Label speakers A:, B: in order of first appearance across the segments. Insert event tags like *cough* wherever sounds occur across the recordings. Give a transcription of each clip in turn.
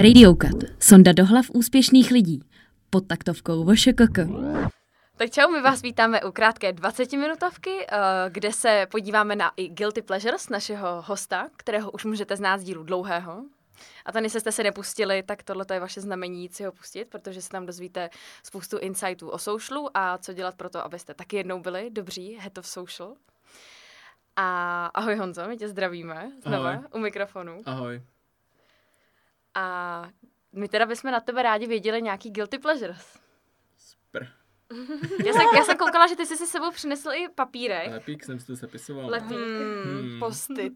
A: Radiokat. Sonda do hlav úspěšných lidí. Pod taktovkou VŠKK.
B: Tak čau, my vás vítáme u krátké 20-minutovky, eh, kde se podíváme na i Guilty Pleasures našeho hosta, kterého už můžete znát z dílu dlouhého. A ten, jestli jste se nepustili, tak tohle je vaše znamení si ho pustit, protože se tam dozvíte spoustu insightů o socialu a co dělat pro to, abyste taky jednou byli dobří head of social. A ahoj Honzo, my tě zdravíme znova
C: Ahoj.
B: u mikrofonu.
C: Ahoj.
B: A my teda bychom na tebe rádi věděli nějaký guilty pleasures.
C: Pr.
B: Já jsem, já jsem koukala, že ty jsi si s sebou přinesl i papírek.
C: Lepík jsem si to zapisoval.
B: Lepík.
C: Hmm.
D: Hmm, postit.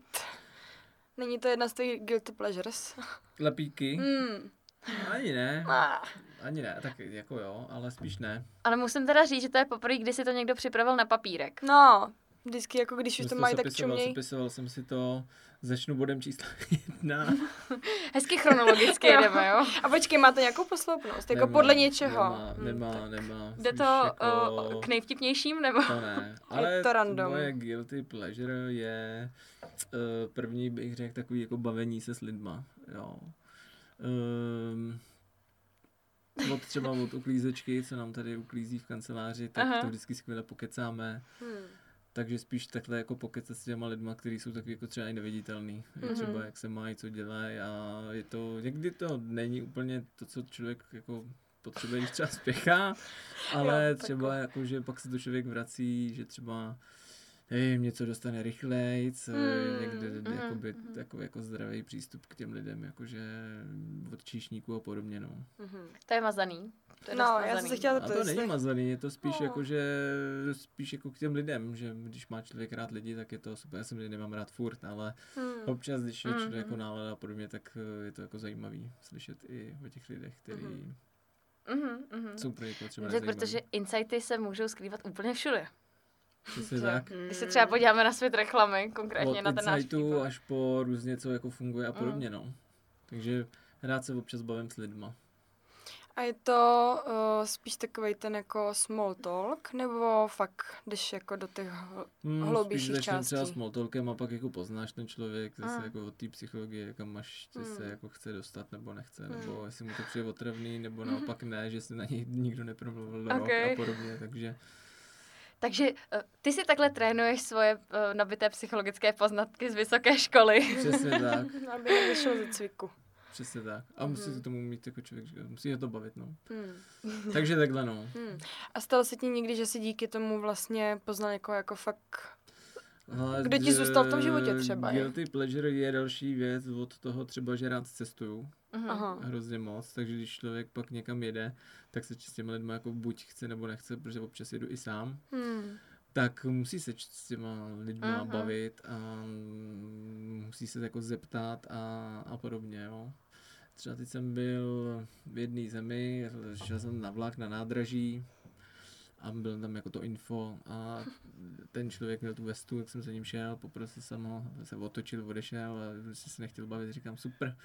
D: Není to jedna z těch guilty pleasures?
C: Lepíky?
D: Hmm.
C: Ani ne.
D: Ah.
C: Ani ne. Tak jako jo, ale spíš ne.
B: Ale musím teda říct, že to je poprvé, kdy si to někdo připravil na papírek.
D: No, vždycky jako když
C: Jsem
D: už
C: si
D: to mají, tak
C: zapisoval,
D: čuměj.
C: zapisoval jsem si to. Začnu bodem číslo jedna.
B: Hezky *laughs* chronologicky
D: Jo.
B: jdeme, jo?
D: A počkej, máte nějakou posloupnost? *laughs* Jako
C: Nemá,
D: podle něčeho?
C: Nemá,
D: Hmm,
C: nemá,
D: tak.
C: nemá.
B: Jde
C: Spíš
B: to
C: jako...
B: uh, k nejvtipnějším, nebo?
C: To
D: *laughs*
C: ne. Ale
D: to random.
C: moje guilty pleasure je uh, první bych řekl takový jako bavení se s lidma. Jo. Um, od třeba od uklízečky, co nám tady uklízí v kanceláři, tak
B: Aha.
C: to vždycky skvěle pokecáme.
D: Hmm.
C: Takže spíš takhle jako pokecat s těma lidma, kteří jsou taky jako třeba i neviditelný.
B: Mhm.
C: Mm-hmm. Třeba jak se mají, co dělají a je to, někdy to není úplně to, co člověk jako potřebuje, když
B: *laughs*
C: třeba spěchá, ale
D: Jo,
C: jo,
D: tak
C: třeba jako, že pak se to člověk vrací, že třeba nevím, něco dostane rychlejc,
B: Mm,
C: mm, někde
B: mhm,
C: mm, jakoby,
B: mhm.
C: mm. Jako, jako zdravý přístup k těm lidem, jakože od číšníků a podobně, no.
D: Mhm.
B: To je mazaný. To je dost
D: No, já jsem
B: mazaný.
D: se chtěla
C: A
D: zeptat,
C: to není
D: jestli...
C: mazaný, je to spíš
D: No.
C: jako, že spíš jako k těm lidem, že když má člověk rád lidi, tak je to super. Já jsem lidi nemám rád furt, ale
D: Hmm.
C: občas, když je
B: Mhm.
C: člověk jako nálada a podobně, tak eh, je to jako zajímavý slyšet i o těch lidech, kteří
D: Mhm.
B: Mhm, mhm.
C: jsou pro někoho třeba
B: Že
C: nezajímaví.
B: protože insighty se můžou skrývat úplně všude.
C: Přesně tak.
D: Hmm.
B: Když se třeba podíváme na svět reklamy,
C: Od
B: konkrétně na ten náš
C: insightu
B: vtip.
C: až po různě, co jako funguje
D: Mm.
C: a podobně, no. Takže rád se občas bavím s lidma.
D: A je to uh, spíš takový ten jako small talk, nebo fakt jdeš jako do těch... hl-
C: Hmm,
D: Hloubějších
C: spíš začneš třeba
D: částí. Hmm.
C: s moltolkem a pak jako poznáš ten člověk zase
B: Mm.
C: jako od té psychologie, kam až tě se
D: Mm.
C: jako chce dostat nebo nechce,
D: Mm.
C: nebo jestli mu to přijde otravný, nebo
D: Hmm.
C: naopak ne, že se na něj nikdo nepromluvil do
B: Okej.
C: a podobně,
D: *laughs*
C: takže
B: Takže eh, ty si takhle trénuješ svoje eh, nabité psychologické poznatky z vysoké školy.
C: přesně tak,
D: Aby nevyšel ze cviku.
C: přesně tak. A musí se tomu mít jako člověk, že- musí ho to bavit, no.
D: Hmm.
C: Takže takhle, no.
D: Hmm. A stalo se ti někdy, že si díky tomu vlastně poznal jako, jako fakt...
C: Ale
D: Kdo ti
C: d-
D: zůstal v tom životě třeba, je?
C: Guilty pleasure je další věc od toho třeba, že rád cestuju.
D: Hmm.
B: Mhm.
D: Aha.
C: hrozně moc, takže když člověk pak někam jede, tak se s těma lidma jako buď chce nebo nechce, protože občas jedu i sám,
D: Hmm.
C: tak musí se č- s těma lidma
B: Mhm.
C: uh-huh. bavit a mm, musí se jako zeptat a, a podobně, jo. Třeba teď jsem byl v jedné zemi, šel jsem na vlak na nádraží a byl tam jako to info a ten člověk měl tu vestu, jak jsem za ním šel, poprosil jsem ho, se otočil, odešel a prostě se nechtěl bavit, říkám super,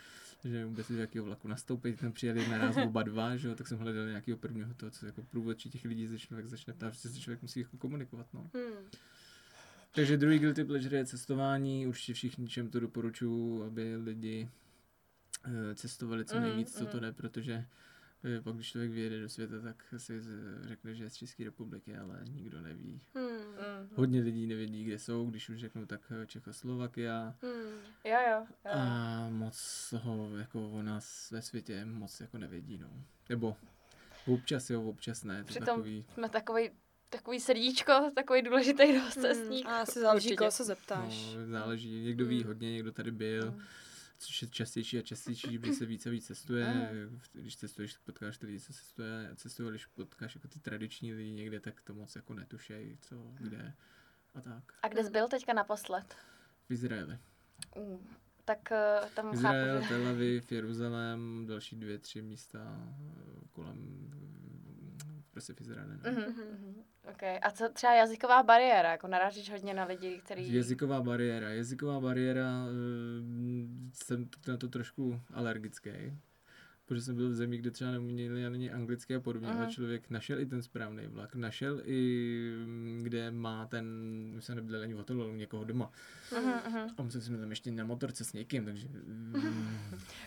C: že vůbec do jakého vlaku nastoupit, tam přijeli naraz oba dva, že jo, tak jsem hledal nějakého prvního toho, co jako průvodčí těch lidí, se člověk začne ptát, že se člověk musí jako komunikovat, no.
D: Hmm.
C: Takže druhý guilty pleasure je cestování. Určitě všichni, čem to doporučuju, aby lidi eh, cestovali co
B: Mhm,
C: nejvíc, co to
B: mhm.
C: jde, protože eh, pak, když člověk vyjede do světa, tak si z- řekne, že je z České republiky, ale nikdo neví.
D: Hmm.
B: Mhm.
C: Hodně lidí nevědí, kde jsou, když už řeknu, tak eh, Čechoslovakia.
D: Hmm.
B: Jo, jo. jo.
C: A moc toho jako o nás ve světě moc jako nevědí, no. Nebo občas jo, občas ne, to je
B: Přitom-
C: takový
B: Jsme takový, takový srdíčko, takový důležitý rozcestník.
D: Mm, a asi záleží,
B: Určitě.
D: koho se zeptáš.
C: No, záleží. Někdo
B: Hmm.
C: ví
D: Mm.
C: hodně, někdo tady byl,
B: Mm.
C: což je častější a častější, protože se více a víc cestuje.
B: Hmm.
C: Když cestuješ, tak potkáš ty lidi, co cestuje, cestuje, když potkáš jako ty tradiční lidi někde, tak to moc jako netušej, co, kde a tak.
B: A kde jsi byl teďka naposled?
C: V Izraeli.
B: Uh, tak eh, tam chápu,
C: Izrael,
B: že...
C: Tel Aviv, Jeruzalém, další dvě, tři místa eh, kolem, mm, prostě v Izraeli. No.
B: Mhm, mhm. Okay. A co třeba jazyková bariéra? Jako narážíš hodně na lidi, který...
C: Jazyková bariéra. Jazyková bariéra, eh, jsem na to trošku alergický. protože jsem byl v zemi, kde třeba neuměli ani anglicky a podobně,
B: Mhm.
C: ale člověk našel i ten správný vlak, našel i mm, kde má ten, my jsme nebyli ani v hotelu, ale u někoho doma.
B: Mm-hmm.
C: A museli jsme tam ještě na motorce s
B: *laughs*
C: někým, takže... mm,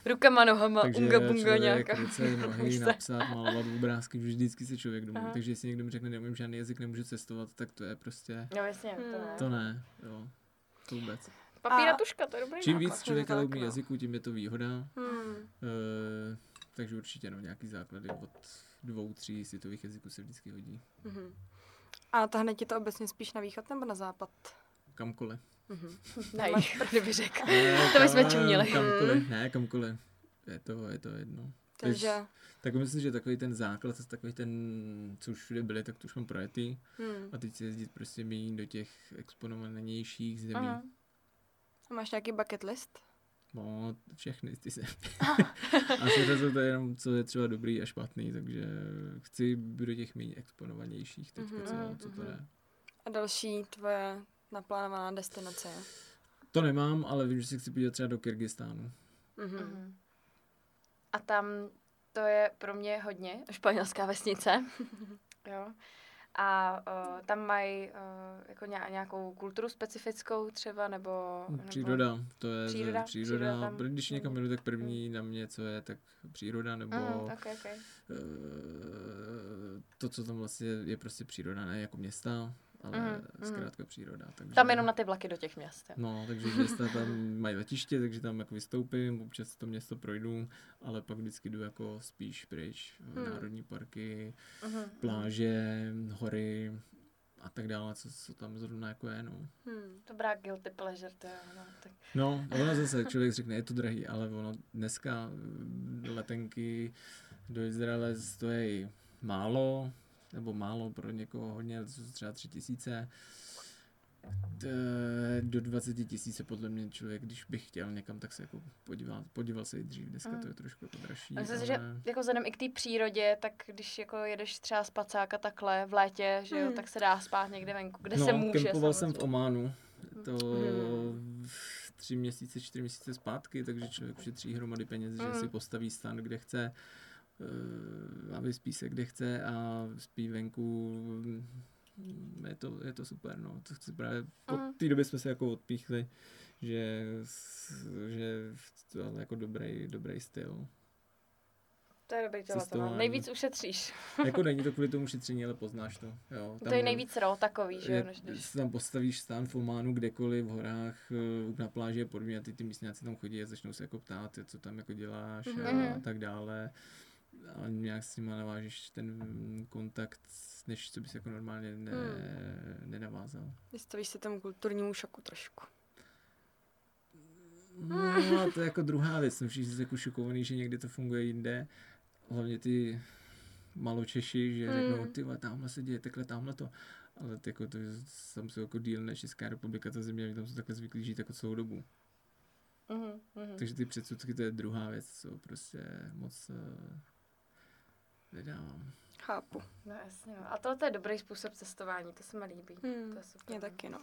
B: Rukama, nohama,
C: takže
B: unga bunga
C: člověk
B: nějaká. *laughs*
C: ruce, nohy,
B: Místa.
C: napsat, malovat obrázky, vždycky se člověk domluví.
B: Aha.
C: Takže jestli někdo mi řekne, neumím žádný jazyk, nemůžu cestovat, tak to je prostě...
B: No jasně, to
D: Hmm.
B: ne.
C: To ne, jo. To vůbec.
B: Papír a
D: A-
B: tuška, to je dobrý
C: Čím
B: nápad.
C: víc člověk ale
D: tak,
C: umí
D: no.
C: jazyku, tím je to výhoda.
D: Hmm.
C: Eh, takže určitě no, nějaký základy od dvou, tří světových jazyků se vždycky hodí.
D: Mhm. A tahne ti to obecně spíš na východ nebo na západ?
B: *laughs*
C: Kamkoliv.
B: Mhm. Na jich, *laughs* kdyby řekl.
C: Ne,
B: To bychom
C: kam-
B: čuměli.
C: Kamkoliv, ne, kamkoliv. Je to, je to jedno. Takže-
D: Takže...
C: Tak myslím, že takový ten základ, takový ten, co už všude byli, tak to už mám projetý.
D: Hmm.
C: A teď se jezdit prostě méně do těch exponovanějších zemí.
B: Aha.
D: A máš nějaký bucket list?
C: No, všechny ty se. *laughs* a se to je jenom, co je třeba dobrý a špatný, takže chci do těch méně exponovanějších teďka,
D: Mhm,
C: co, co to
B: mhm.
C: je.
D: A další tvoje naplánovaná destinace?
C: To nemám, ale vím, že si chci podívat třeba do Kyrgyzstánu.
D: Mhm.
B: Mhm. A tam to je pro mě hodně španělská *laughs* vesnice. jo. A o, tam mají o, jako ně- nějakou kulturu specifickou třeba, nebo... Nebo...
C: No, Příroda, to je
B: Příroda,
C: příroda.
B: příroda
C: příroda
B: tam.
C: když někam
B: Mm.
C: jdu, tak první na mě, co je, tak příroda, nebo
B: Mm, okay, okay.
C: eh, to, co tam vlastně je prostě příroda, ne jako města, ale
B: Mhm, mhm.
C: zkrátka příroda. Takže...
B: Tam jenom na ty vlaky do těch měst. jo.
C: No, takže města tam mají letiště, takže tam jako vystoupím, občas to město projdu, ale pak vždycky jdu jako spíš pryč.
D: Hmm.
C: Hmm. Národní parky,
B: Mhm.
C: pláže, hory a tak dále, co, co tam zrovna jako je, no.
D: Hmm.
B: Dobrá guilty pleasure, to jo. No, tak.
C: No, ono zase člověk řekne, je to drahý, ale ono dneska mm, letenky do Izraele stojí málo, nebo málo pro někoho hodně, ale to jsou třeba tři tisíce. Eh, Do 20 tisíc se podle mě člověk, když bych chtěl někam, tak se jako podíval, podíval se i dřív, dneska
B: Mm.
C: to je trošku jako dražší.
B: Myslím si, že
C: ale-
B: jako vzhledem i k té přírodě, tak když jako jedeš třeba z pacáka takhle v létě, že jo,
D: Mm.
B: tak se dá spát někde venku, kde
C: no,
B: se může.
C: kempoval jsem
B: samozřejmě.
C: v Ománu, to
D: Hmm.
C: v tři měsíce, čtyři měsíce zpátky, takže člověk ušetří hromady peněz, že
B: Hmm.
C: si postaví stan, kde chce eh, a vyspí se, kde chce a spí venku. Mm, Je to, je to super, no. To chci právě,
B: Mm.
C: od té doby jsme se jako odpíchli, že, s- že to je jako dobrý,
B: *laughs*
C: dobrý styl.
B: To je dobrý tohle. No.
C: Cestování.
B: Nejvíc ušetříš.
C: Jako není to kvůli tomu šetření, ale poznáš to. Jo,
B: to je nejvíc ro takový, že jo,
C: je,
B: než když...
C: se tam postavíš stán v Ománu, kdekoliv, v horách, eh, na pláži a podobně, a ty, ty místňáci tam chodí a začnou se jako ptát, co tam jako děláš a,
B: Mhm.
C: tak dále. A nějak s nima navážeš ten mm, kontakt, než co bys jako normálně ne,
B: Hmm.
C: nenavázal.
D: Vystavíš se tomu kulturnímu šoku trošku.
C: No a to je jako druhá věc, jsem všichni jako šokovaný, že někde to funguje jinde. Hlavně ty maločeši, že
D: Mm.
B: Hmm.
C: řeknou, ty vole, tamhle se děje, takhle, tamhle to. Ale ty jako to, tam jsou jako díl než Česká republika, ta země, my tam jsou takhle zvyklí žít jako celou dobu.
B: Mhm, mhm.
C: Takže ty předsudky, to je druhá věc, co prostě moc uh,
B: *laughs*
C: nedávám.
D: Chápu.
B: No jasně, no. A tohle to je dobrý způsob cestování, to se mi líbí. To
D: Hmm.
B: je super.
D: Mě taky, no.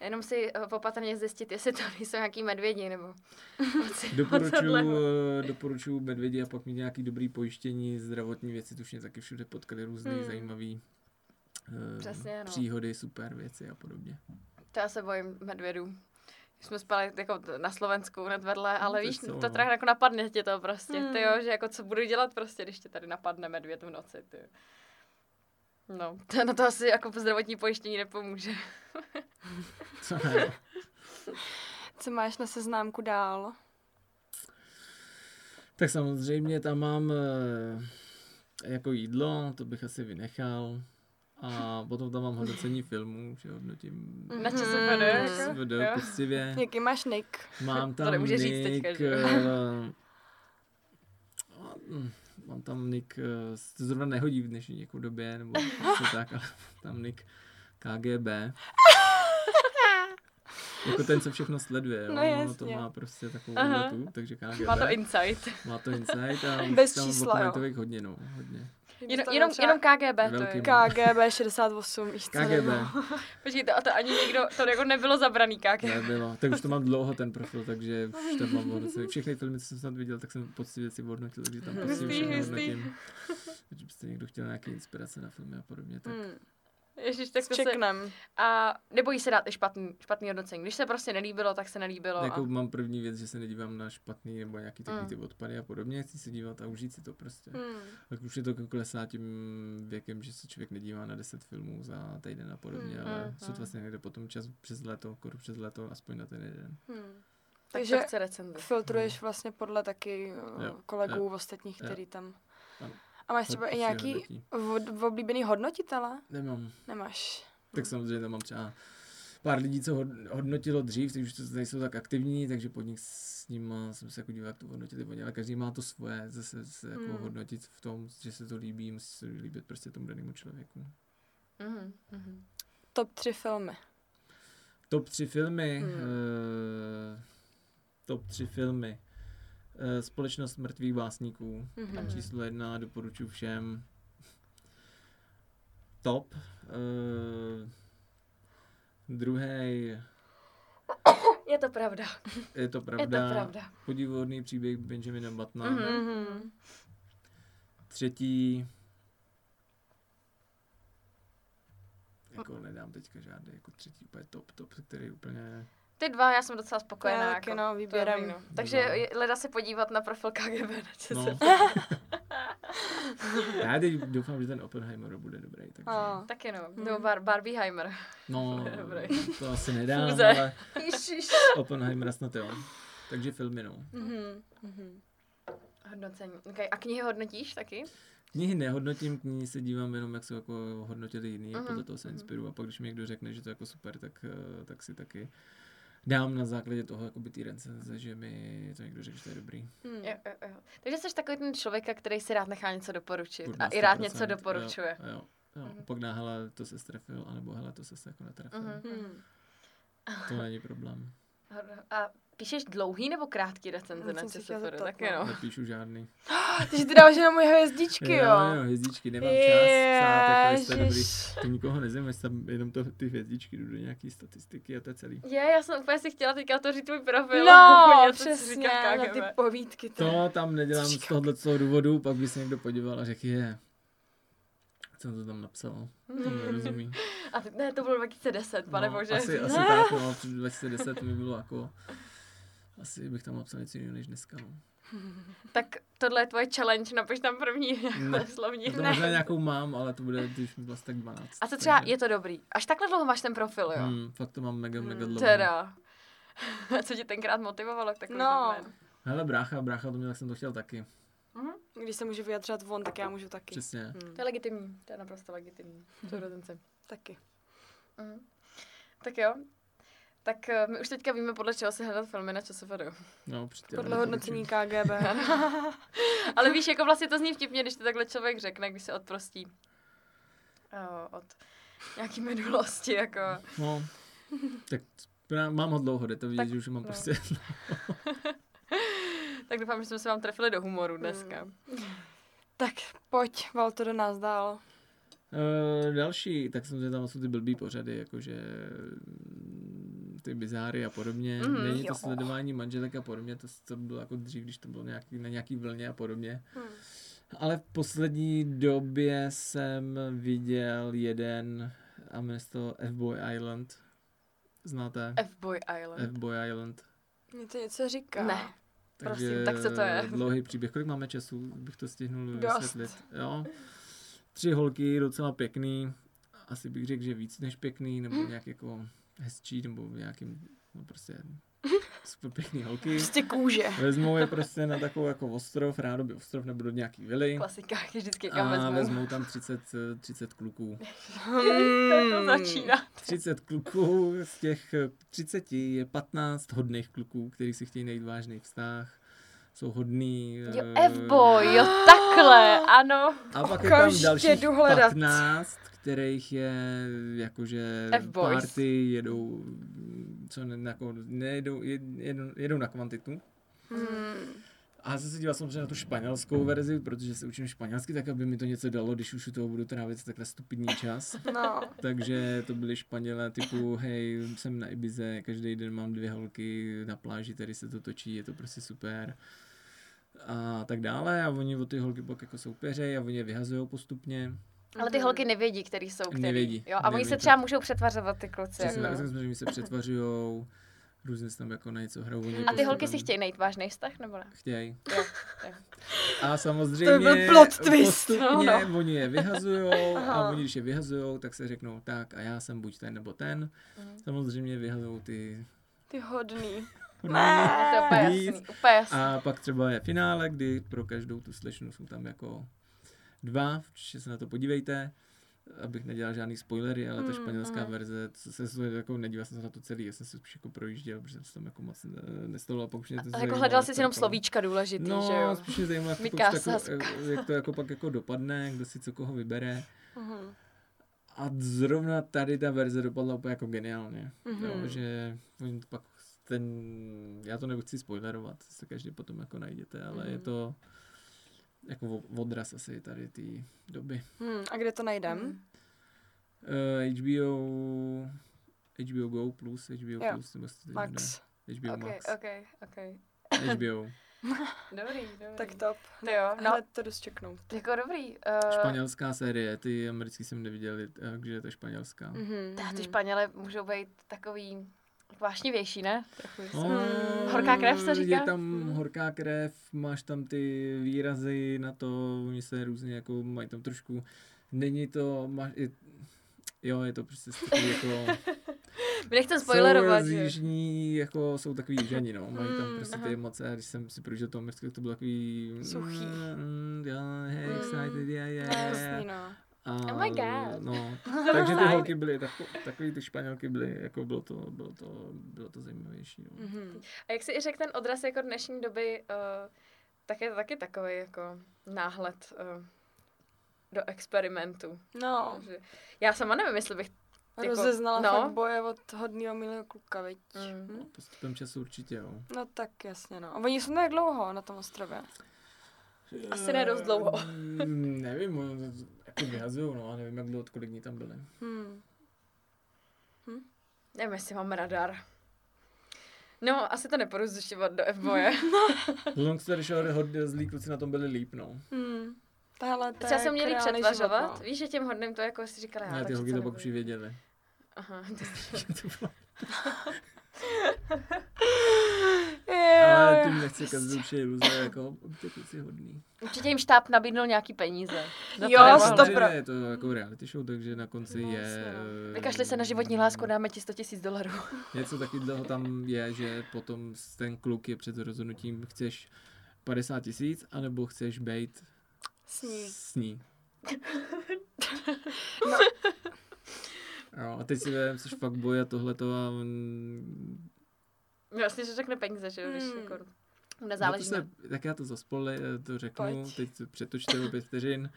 B: Jenom si eh, opatrně zjistit, jestli to *laughs* nejsou nějaký medvědi, nebo... oci-
C: Doporučuju,
B: ocadlého.
C: eh, doporučuju medvědi a pak mít nějaký dobrý pojištění, zdravotní věci, tušně taky všude potkali různé
D: Hmm.
C: hmm. zajímavé
B: Přesně, no.
C: příhody, super věci a podobně.
B: To já se bojím medvědů. Když jsme spali jako t- na Slovensku hned vedle, ale
C: to je
B: víš,
C: co,
B: to
C: no.
B: teda jako napadne tě to prostě,
D: Hmm.
B: ty jo, že jako co budu dělat prostě, když tě tady napadne medvěd v noci, ty. jo. No, *laughs* to, na to asi jako zdravotní pojištění nepomůže.
C: Co ne?
D: Co máš na seznámku dál?
C: *laughs* tak samozřejmě tam mám eh, jako jídlo, to bych asi vynechal. A potom tam mám hodnocení filmů, že hodnotím
B: Na
D: Mhm.
B: ČSFD,
D: Mhm.
B: jako?
C: SVD
B: Jo.
C: poctivě.
D: Jaký máš nick?
C: Mám
B: To
C: tam
B: nemůže
C: Nick,
B: říct teďka, že jo?
C: eh, a, mm, mám tam Nick, eh, s- to zrovna nehodí v dnešní jako době, nebo něco tak, ale mám tam Nick
B: *laughs*
C: KGB. Jako ten, co všechno sleduje, jo?
D: No
C: Ono to
D: jasně.
C: má prostě takovou
B: Aha.
C: hodnotu, takže KGB.
B: Má to insight.
C: má to insight a
D: Bez
C: tam
D: čísla, jo.
C: dokumentových hodně, no, hodně.
D: Kdyby
B: Jenom,
D: to
B: jenom,
D: bylo třeba
B: jenom KGB to
C: Velký
B: je.
C: mo-
D: KGB 68, víš co,
C: KGB,
D: nebo-
B: Počkejte, a to ani nikdo, to jako nebylo zabraný KGB.
C: nebylo. no. Tak už to mám dlouho ten profil, takže už tam mám hodnocení. Všechny filmy, co jsem snad viděl, tak jsem poctivě si hodnotil, takže tam prostě
B: Hustý,
C: poctivě všechno
B: hustý.
C: hodnotím. Takže byste někdo chtěl nějaké inspirace na filmy a podobně,
B: Mm,
C: tak
D: Hmm,
B: Ježiš, tak to se...
D: Čeknem.
B: A nebojí se dát i špatný, špatný hodnocení. Když se prostě nelíbilo, tak se nelíbilo.
C: jako
B: A...
C: mám první věc, že se nedívám na špatný nebo nějaký takový
B: Mm.
C: ty odpady a podobně, chci se dívat a užít si to prostě.
D: Hmm.
C: Tak už je to klesá tím věkem, že se člověk nedívá na 10 filmů za týden a podobně,
D: Mm,
C: ale
B: mm,
C: sotva
B: mm.
C: vlastně někde potom čas přes léto, kor přes léto, aspoň na ten jeden.
D: Hmm.
B: Tak
D: Takže
B: to chce recenze.
D: filtruješ vlastně podle taky eh,
C: Hmm. Jo,
D: kolegů ostatních,
C: jo.
D: který tam...
C: Ano.
D: A máš
C: Hodně
D: třeba i
C: si
D: nějaký
C: hodnotí.
D: od- oblíbený hodnotitele?
C: Nemám.
D: Nemáš.
C: Tak samozřejmě tam mám třeba pár lidí, co hod- hodnotilo dřív, teď už to nejsou tak aktivní, takže pod nich s ním jsem se jako díval, jak to hodnotili oni, ale každý má to svoje, zase se jako
D: Mm.
C: hodnotit v tom, že se to líbí, musí se líbit prostě tomu danému člověku.
D: Mhm,
B: Mm-hmm. Mm-hmm.
D: Top tři filmy.
C: Top 3 filmy.
D: Hmm.
C: Hmm. Uh, top 3 filmy. Uh, Společnost mrtvých básníků.
D: Mhm.
C: Tam číslo jedna, doporučuji všem. Top. Uh, druhý,
B: Je to pravda.
C: je to pravda.
B: Je to pravda.
C: Podivuhodný příběh Benjamina Batna.
B: Mhm.
C: Mm-hmm.
D: Mhm.
C: Třetí.
B: Mm.
C: Jako nedám teďka žádný jako třetí úplně top, top, který úplně...
B: Ty dva, já jsem docela
D: To je
B: spokojená. Jako,
D: taky, no,
B: to je dobrý,
D: výběrem.
B: no. Takže
C: No.
B: je- leda se podívat na profil KGB na CZ.
C: No. *laughs* Já teď doufám, že ten Oppenheimer bude dobrý. Takže...
D: A.
B: Taky no.
D: Mhm.
B: Nebo Bar- Barbieheimer.
C: No,
B: To je dobrý.
C: to asi nedám,
B: Fůze.
C: ale
B: Ježiš.
C: Oppenheimera snad jo. Takže filmy, no.
D: Mhm. Mhm.
B: Hodnocení. Okay. A knihy hodnotíš taky?
C: Knihy nehodnotím, knihy se dívám jenom, jak jsou jako hodnotili jiný,
B: Mhm,
C: mm-hmm. podle toho se
B: mhm.
C: inspiruju. A pak, když mi někdo řekne, že to je jako super, tak, eh, tak si taky dám na základě toho jakoby ty recenze, že mi to někdo řekl, že to je dobrý.
D: Mhm.
B: Jo, jo, jo. Takže jsi takový ten člověk, který si rád nechá něco doporučit.
C: Kurva,
B: a i rád
C: 100%,
B: něco doporučuje.
C: No, Jo, jo. Jo,
B: Mhm.
C: mm-hmm. Pak dá, hele, to se strefil, anebo hele, to se se jako netrefil.
B: Mhm.
C: Mm-hmm.
D: Mhm.
C: To není problém.
B: Hodno- A píšeš dlouhý nebo krátký recenze
D: Hm,
B: na
D: jsem se
B: ČSFD?
D: chtěla zeptat,
B: Taky
D: no.
B: no.
C: Nepíšu žádný.
D: Takže ty dáš jenom moje hvězdičky, jo.
C: jo, hvězdičky, nemám čas psát, jako jste dobrý.
D: Ježiš.
C: To nikoho nezajímá, jestli tam jenom to, ty hvězdičky jdu do nějaký statistiky a to je celý.
B: Je, já jsem úplně si chtěla teďka otevřít tvůj profil. *laughs*
D: No,
B: Podívat se, co
D: přesně,
B: říká
D: na
B: KGB.
D: ty povídky. ty.
C: To tam nedělám
D: Co
C: z
D: říkám?
C: tohohle toho důvodu, pak by se někdo podíval a řekl, je, co to tam napsal, to nerozumí.
B: A ty, ne, to bylo 2010, *laughs* pane
C: no,
B: bože. *laughs*
C: Asi, asi tak, no, před 2010 mi bylo jako, asi bych tam napsal něco jiného než dneska, no.
B: Tak tohle je tvoje challenge, napiš tam první
C: Ne.
B: ne. slovní.
C: Já to možná nějakou mám, ale to bude, když mi vlastně tak 12.
B: A co třeba, je to dobrý? Až takhle dlouho máš ten profil, jo?
C: Hmm, no. fakt to mám mega, mega dlouho.
B: Teda. A *laughs* co tě tenkrát motivovalo k takovým
D: No.
C: Hele, brácha, brácha, to mě tak jsem to chtěl taky,
D: Když se může vyjadřovat on, tak já můžu taky.
C: přesně.
D: Hm,
B: To je legitimní, to je naprosto legitimní. Sourozence.
D: Taky.
B: Mhm. Hmm. Tak jo. Tak eh, my už teďka víme, podle čeho si hledat filmy na ČSFD.
C: No, přitě,
D: Podle hodnocení KGB.
B: *laughs*
D: *laughs*
B: Ale víš, jako vlastně to zní vtipně, když to takhle člověk řekne, když se odprostí eh, od nějaký minulosti, jako.
C: No, tak já mám ho dlouho, jde to vidět,
B: Tak,
C: že už ho mám
B: no.
C: prostě
B: Tak doufám, že jsme se vám trefili do humoru dneska.
D: tak pojď, Valto, do nás dál.
C: Uh, další, tak samozřejmě tam jsou ty blbý pořady, jakože mm, ty bizáry a podobně.
B: Mm,
C: Mm, Není
D: jo.
C: to sledování manželek a podobně, to, to bylo jako dřív, když to bylo nějaký, na nějaký vlně a podobně.
D: Hm.
C: Ale v poslední době jsem viděl jeden a jmenuje se to F-Boy Island. Znáte?
B: F-Boy Island.
C: F-Boy Island.
D: Mně to něco říká.
B: Ne. Prosím, tak co to je?
C: Dlouhý příběh. Kolik máme času, bych to stihnul
D: Dost.
C: vysvětlit? Jo. Tři holky, docela pěkný. Asi bych řekl, že víc než pěkný, nebo
B: Mhm.
C: nějak jako hezčí, nebo v nějakým,
B: *laughs*
C: no prostě super pěkný holky.
D: Prostě kůže.
C: Vezmou je prostě na takovou jako ostrov, rádoby ostrov, nebo do nějaký vily.
B: Klasika, když vždycky kam
C: A
B: vezmu.
C: vezmou tam 30, eh, 30
B: *laughs*
C: kluků.
B: *laughs* To jako
D: Hmm.
B: začíná.
C: 30 kluků, z těch eh, 30 je 15 hodných kluků, kteří si chtějí najít vážný vztah. Jsou hodný.
B: Jo,
C: eh,
B: F-boy, jo, takhle, ano.
C: A pak je tam
D: Okamžitě
C: dalších
D: jdu hledat.
C: 15, kterých je jakože
B: F-boys.
C: party, jedou, mm, co ne, na, ko- nejedou, jed, jedou, jedou na kvantitu.
D: Hmm.
C: A zase se díval samozřejmě na tu španělskou verzi, protože se učím španělsky, tak aby mi to něco dalo, když už u toho budu trávit takhle stupidní
D: *laughs*
C: čas.
D: No,
C: Takže to byly španělé typu, hej, jsem na Ibize, každý den mám dvě holky na pláži, tady se to točí, je to prostě super. A tak dále. A oni o ty holky pak jako soupeřej a oni je vyhazují postupně.
B: Ale ty holky nevědí, který jsou který.
C: Mhm. Nevědí,
B: Jo, a oni
C: nevědí
B: se
C: to.
B: třeba můžou přetvařovat ty kluci. jako.
C: Přesně tak,
B: *laughs*
C: jsem že se přetvařujou, různě se tam jako na něco hrajou. oni
B: A ty
C: prostě
B: holky
C: tam
B: si chtějí najít vážný vztah, nebo ne?
C: Chtěj.
B: Jo, jo.
C: A samozřejmě
D: To by byl plot twist,
C: postupně
D: no,
C: no. oni je vyhazujou a
D: Aha.
C: oni, když je vyhazujou, tak se řeknou tak a já jsem buď ten nebo ten.
B: Mhm.
C: Samozřejmě vyhazujou ty
D: ty hodný.
B: To je úplně
C: Víc.
B: jasný, úplně jasný.
C: A pak třeba je finále, kdy pro každou tu slečnu jsou tam jako dva, určitě se na to podívejte, abych nedělal žádný spoilery, ale ta
D: Mm,
C: španělská
D: mm.
C: verze, co se to jako nedíval jsem se na to celý, já jsem si spíš jako projížděl, protože jsem se tam jako moc eh, nestalo a pak už mě to
B: A jako
C: zajímalo,
B: hledal
C: jak
B: jsi
C: to
B: jenom
C: dopadlo.
B: slovíčka důležitý,
C: No,
B: že jo?
C: spíš mě zajímalo, jak to,
B: Miká
C: pak jako,
B: Saska.
C: eh, jak to jako pak jako dopadne, kdo si co koho vybere.
D: Mhm.
C: A zrovna tady ta verze dopadla úplně jako geniálně. Mm-hmm. Jo,
D: Mhm.
C: že oni to pak ten, já to nechci spoilerovat, se každý potom jako najděte, ale mm-hmm. je
D: Mhm.
C: to jako o- odraz asi tady té doby.
D: Hm, a kde to
B: Hmm.
D: najdem?
C: Hmm. Uh, HBO, HBO Go plus, HBO
D: Jo.
C: plus, nebo se to teď
D: Max.
C: jmenuje. HBO
B: Ok,
C: Max,
B: ok, ok.
D: *laughs*
C: HBO,
B: Dobrý, dobrý.
D: Tak top.
B: To jo, no.
D: Hele, to jdu zčeknout.
B: Jako dobrý.
D: Eh.
B: Uh,
C: španělská série, ty americký jsem neviděl, eh, takže je to španělská.
D: Mhm,
B: tá, Ty
D: mhm.
B: Španěle můžou být takový vášnivější, ne? Trochu, jestli-
C: No,
D: Mm.
B: Hm, Horká krev se
C: Je
B: říká?
C: tam
B: Mm.
C: horká krev, máš tam ty výrazy na to, oni se různě jako mají tam trošku, není to, máš, je, jo, je to prostě
B: *laughs*
C: takový jako,
B: My nechcem spoilerovat,
C: jsou
B: že?
C: jižní, jako jsou takový ženi, no, mají tam
D: Mm,
C: prostě ty
B: aha.
C: emoce a když jsem si prožil to americké, tak to bylo takový,
D: Suchý.
C: mm, jo, hey,
D: Mm.
C: excited, yeah, yeah,
D: No,
C: yeah.
D: jasný, no.
C: A,
B: Oh my god. *laughs*
C: No, takže ty holky byly, tak, takový ty španělky byly, jako bylo to, bylo to, bylo to zajímavější,
B: Mm.
C: no.
D: Mhm.
B: A jak si i řekl, ten odraz jako dnešní doby, uh, tak je to taky takový jako náhled uh, do experimentu.
D: No,
B: Takže Já sama nevím, jestli bych... Jako,
D: rozeznala
B: no.
D: no. fakt boje od hodného milého kluka, viď?
B: Mm.
D: Hm?
C: Postupem času určitě, jo.
D: No tak jasně, no. A Oni jsou tak dlouho na tom ostrově.
B: Asi ne dost dlouho.
C: Mm, nevím, on- jako vyhazují, no, a nevím, jak dlouho, kolik dní tam byly.
B: Hmm.
D: Hm.
B: Nevím, jestli mám radar. No, asi to neporu zjišťovat do F-boje.
C: No, Long story short, hodně zlí kluci na tom byli líp, no.
D: Hm. Tahle to
B: Třeba
D: je
B: se měli
D: reálný život,
B: přetvařovat.
D: no.
B: Víš, že těm hodným to jako si říkala, já
C: Ne, ty holky to
B: přece
C: pak už i
B: nebudu.
C: věděli. *laughs*
B: Aha,
C: že to bylo-
D: Jo,
C: Ale
D: jo.
C: tím nechci kazit určitě iluze, jako ty kluci hodný.
B: Určitě jim štáb nabídnul nějaký peníze.
D: Jo,
B: to
C: Ale
B: nemohli.
D: stop.
C: samozřejmě
D: pro-
C: Je to jako reality show, takže na konci
D: No,
C: je...
D: jasně, no.
C: eh,
B: Vykašli se na životní lásku, dáme ti 100 tisíc dolarů.
C: Něco takového tam je, že potom s- ten kluk je před rozhodnutím, chceš 50 tisíc, anebo chceš být
D: S ní.
C: S ní. No. a teď si vem, což fakt boje tohleto a mm,
B: No, jasně, že řekne peníze, že jo, když
D: Hmm.
B: jako
C: na No to
B: nezáleží.
C: se, tak já to zaspoli, to řeknu,
D: Pojď.
C: teď to přetočte o pět vteřin.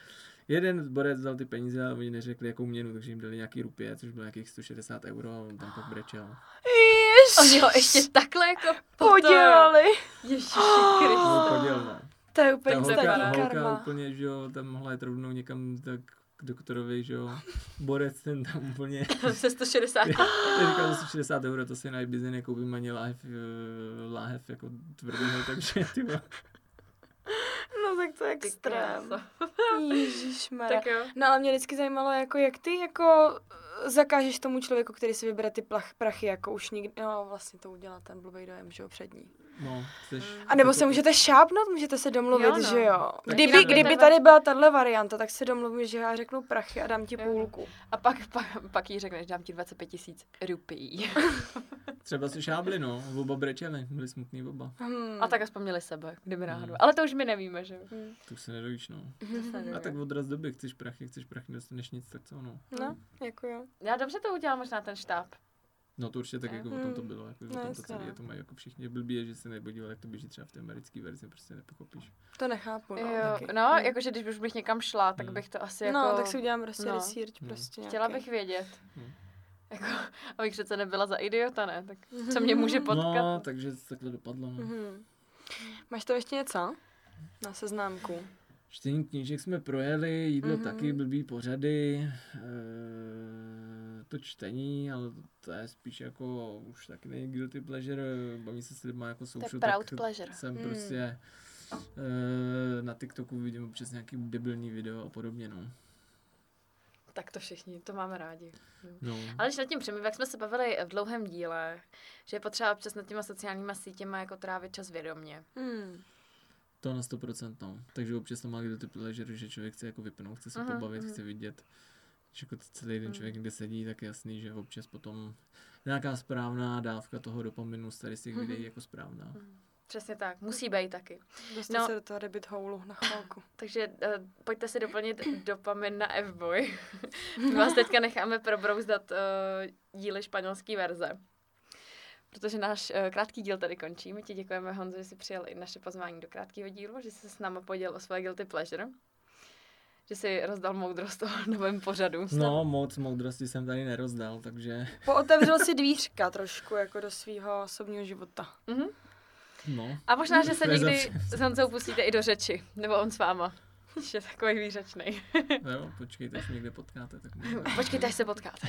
C: Jeden borec dal ty peníze a oni neřekli jakou měnu, takže jim dali nějaký rupie, což bylo nějakých 160 euro a on tam pak brečel.
B: Oni ho
D: Ježiš,
B: ještě takhle jako
D: podělali.
B: *gasps* Ježiši
C: No,
B: Kriste.
C: poděl, no.
D: To je úplně
C: Ta holka,
D: extrémní
C: holka
D: Oh, karma.
C: úplně, že jo, tam mohla jít rovnou někam tak k doktorovi, že jo. Borec ten tam úplně
B: Se 160.
C: Já říkal, že 60 euro, to si na Ibizi nekoupím ani láhev, eh, láhev jako tvrdýho, takže ty vole.
D: No tak to je
B: Ty
D: extrém.
B: krása.
D: Ježišmarja.
B: Tak jo.
D: No ale mě vždycky zajímalo, jako jak ty jako eh, zakážeš tomu člověku, který si vybere ty plach, prachy, jako už nikdy, no vlastně to udělá ten blbý dojem, že jo, před ní.
C: No, seš,
D: A nebo se můžete šápnout, můžete se domluvit,
B: Jo,
D: jo,
B: no.
D: no. že jo.
B: Tak
D: Kdyby,
B: jinak to
D: kdyby
B: tebe-
D: tady byla tahle varianta, tak se domluvím, že já řeknu prachy a dám ti
B: Jo.
D: půlku.
B: A pak, pak, pak jí řekneš, dám ti 25 tisíc rupií.
C: Třeba se šábli, no, oba brečeli, byli smutný oba.
D: Hmm.
B: A tak aspoň měli sebe, kdyby náhodou.
C: Hmm.
B: Ale to už my nevíme, že jo.
D: Hmm.
C: To už se nedovíš, no.
B: Zase
C: A tak
B: nevím.
C: odraz doby, chceš prachy, chceš prachy, nedostaneš nic, tak co, no.
D: No, jako jo.
B: Já dobře to udělal možná ten štáb.
C: No to určitě tak
B: Ne?
C: jako o tom to
D: Mm.
C: bylo, jako
D: No,
C: o tom to
D: jasně,
C: celé,
D: no.
C: je to mají jako všichni blbí, je, že se nepodíval, jak to běží třeba v té americké verzi, prostě nepochopíš.
D: To nechápu, no.
B: Jo,
D: taky.
B: no,
D: Hmm.
B: jakože když už bych někam šla, tak
C: Hmm.
B: bych to asi jako...
D: No, tak si udělám prostě
B: no.
D: no. research
C: Hmm.
D: prostě
B: Chtěla
D: nějaký.
B: bych vědět.
C: Hmm.
B: Jako, *laughs* abych přece nebyla za idiota, ne? Tak co mě může potkat?
C: No, takže takhle dopadlo, no.
D: Mhm. Máš to ještě něco? Na seznámku.
C: Čtení knížek jsme projeli, jídlo
D: Mhm.
C: mm-hmm. taky, blbý pořady, eh, to čtení, ale to je spíš jako už taky není guilty pleasure, eh, bavím se s lidmi jako
B: To je
C: social,
B: proud pleasure.
C: jsem
D: Hmm.
C: mm. prostě eh, na TikToku vidím občas nějaký debilní video a podobně, no.
B: Tak to všichni, to máme rádi.
C: no.
B: Ale když nad tím přemýšlím, jak jsme se bavili v dlouhém díle, že je potřeba občas nad těma sociálníma sítěma jako trávit čas vědomě.
D: Hmm.
C: To na 100%, no. Takže občas to má guilty pleasure, že člověk chce jako vypnout, chce se
B: Mhm,
C: mm-hmm. pobavit,
B: mhm.
C: chce vidět. Když jako celý den
B: Mhm.
C: člověk někde sedí, tak je jasný, že občas potom nějaká správná dávka toho dopaminu z tady z těch
B: Mhm.
C: videí jako správná.
B: Přesně tak, musí být taky.
D: Dostal
B: No.
D: se do toho rabbit houlu na chvilku.
B: Takže uh, pojďte si doplnit dopamin na F-Boy. My vás teďka necháme probrouzdat uh, díly španělské verze. Protože náš uh, krátký díl tady končí. My ti děkujeme, Honzo, že jsi přijal i naše pozvání do krátkého dílu, že jsi se s námi podělil o svoje guilty pleasure, že jsi rozdal moudrost o *laughs* novém pořadu.
C: No, moc moudrosti jsem tady nerozdal, takže
D: Pootevřel si dvířka trošku jako do svého osobního života.
B: Mhm.
C: *laughs* no.
B: A možná, že se
C: To je
B: někdy s Honzou pustíte i do řeči, nebo on s váma. *laughs* Že je takový výřečnej.
C: Jo, počkejte, až mě někde potkáte, *laughs* tak možná.
B: *laughs* Počkejte, až se potkáte.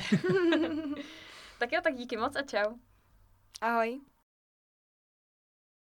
B: tak jo, tak díky moc a čau.
D: Ahoj.